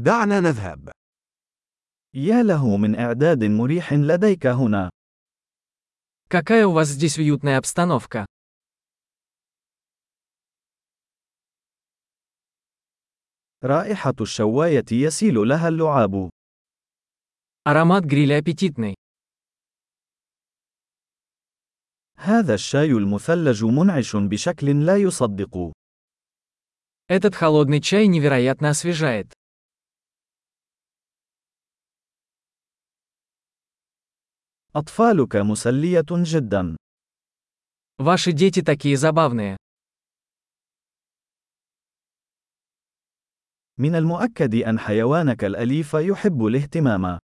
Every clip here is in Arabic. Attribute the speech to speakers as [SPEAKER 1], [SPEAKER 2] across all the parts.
[SPEAKER 1] دعنا نذهب.
[SPEAKER 2] يا له من إعداد مريح لديك هنا.
[SPEAKER 3] Какая у вас здесь уютная обстановка.
[SPEAKER 2] رائحة الشواية يسيل لها اللعاب.
[SPEAKER 3] Аромат гриля аппетитный.
[SPEAKER 2] هذا الشاي المثلج منعش بشكل لا يصدق.
[SPEAKER 3] Этот холодный чай невероятно освежает.
[SPEAKER 2] أطفالك مسلية جدا.
[SPEAKER 3] Ваши дети такие забавные.
[SPEAKER 2] من المؤكد أن حيوانك الأليف يحب الاهتمام.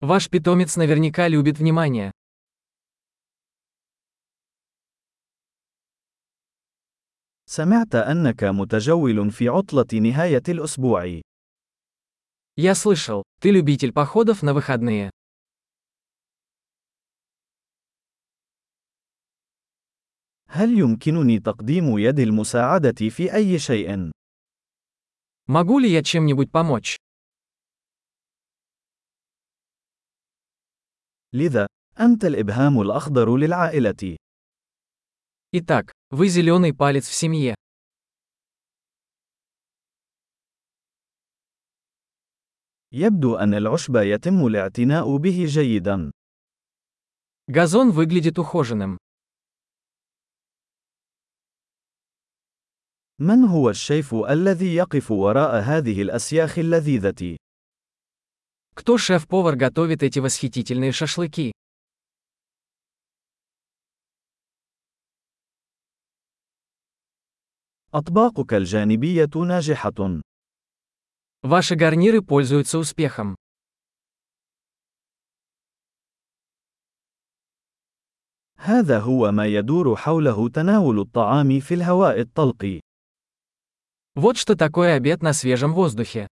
[SPEAKER 3] Ваш питомец наверняка любит внимание.
[SPEAKER 2] سمعت أنك متجول في عطلة نهاية الأسبوع.
[SPEAKER 3] Я слышал, ты любитель походов на выходные.
[SPEAKER 2] هل يمكنني تقديم يد المساعدة في أي شيء؟
[SPEAKER 3] Могу ли я чем-нибудь помочь?
[SPEAKER 2] لذا، أنت الإبهام الأخضر للعائلة.
[SPEAKER 3] Итак, вы зеленый палец в семье.
[SPEAKER 2] يبدو أن العشب يتم الاعتناء به جيدا.
[SPEAKER 3] Газон выглядит ухоженным.
[SPEAKER 2] من هو الشيف الذي يقف وراء هذه الأسياخ اللذيذة؟
[SPEAKER 3] Кто шеф-повар готовит эти восхитительные шашлыки?
[SPEAKER 2] أطباقك الجانبية ناجحة.
[SPEAKER 3] Ваши гарниры пользуются успехом.
[SPEAKER 2] هذا هو ما يدور حوله تناول الطعام في الهواء الطلق.
[SPEAKER 3] Вот что такое обед на свежем воздухе.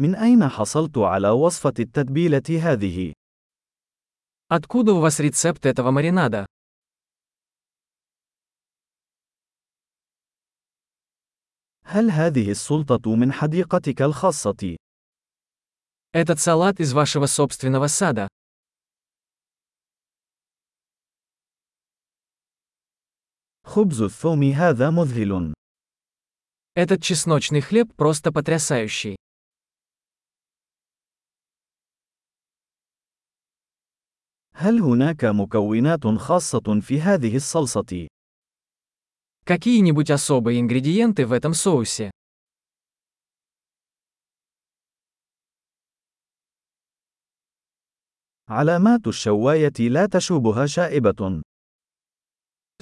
[SPEAKER 2] من أين حصلت على وصفة التتبيلة هذه؟
[SPEAKER 3] Откуда у вас рецепт этого маринада?
[SPEAKER 2] هل هذه السلطة من حديقتك الخاصة؟
[SPEAKER 3] Этот салат из вашего собственного сада.
[SPEAKER 2] خبز الثوم هذا مذهل.
[SPEAKER 3] Этот чесночный хлеб просто потрясающий.
[SPEAKER 2] هل هناك مكونات خاصة في هذه الصلصة؟
[SPEAKER 3] Какие-нибудь особые ингредиенты в этом соусе?
[SPEAKER 2] علامات الشواية لا تشوبها شائبة.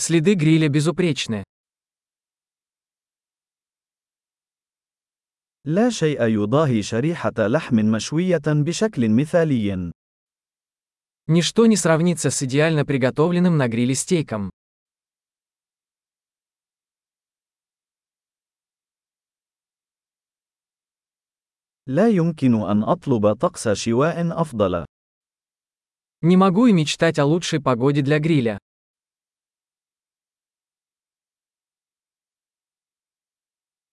[SPEAKER 3] Следы гриля безупречны.
[SPEAKER 2] لا شيء يضاهي شريحة لحم مشوية بشكل مثالي.
[SPEAKER 3] Ничто не сравнится с идеально приготовленным на гриле стейком.
[SPEAKER 2] لا يمكن أن أطلب طقس شواء أفضل.
[SPEAKER 3] Не могу и мечтать о лучшей погоде для гриля.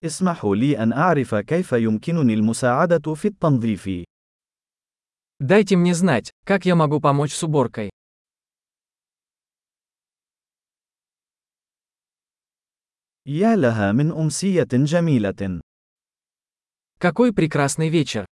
[SPEAKER 2] اسمحوا لي أن أعرف كيف يمكنني المساعدة في التنظيف.
[SPEAKER 3] Дайте мне знать, как я могу помочь с уборкой.
[SPEAKER 2] يا لها من أمسية جميلة.
[SPEAKER 3] Какой прекрасный вечер.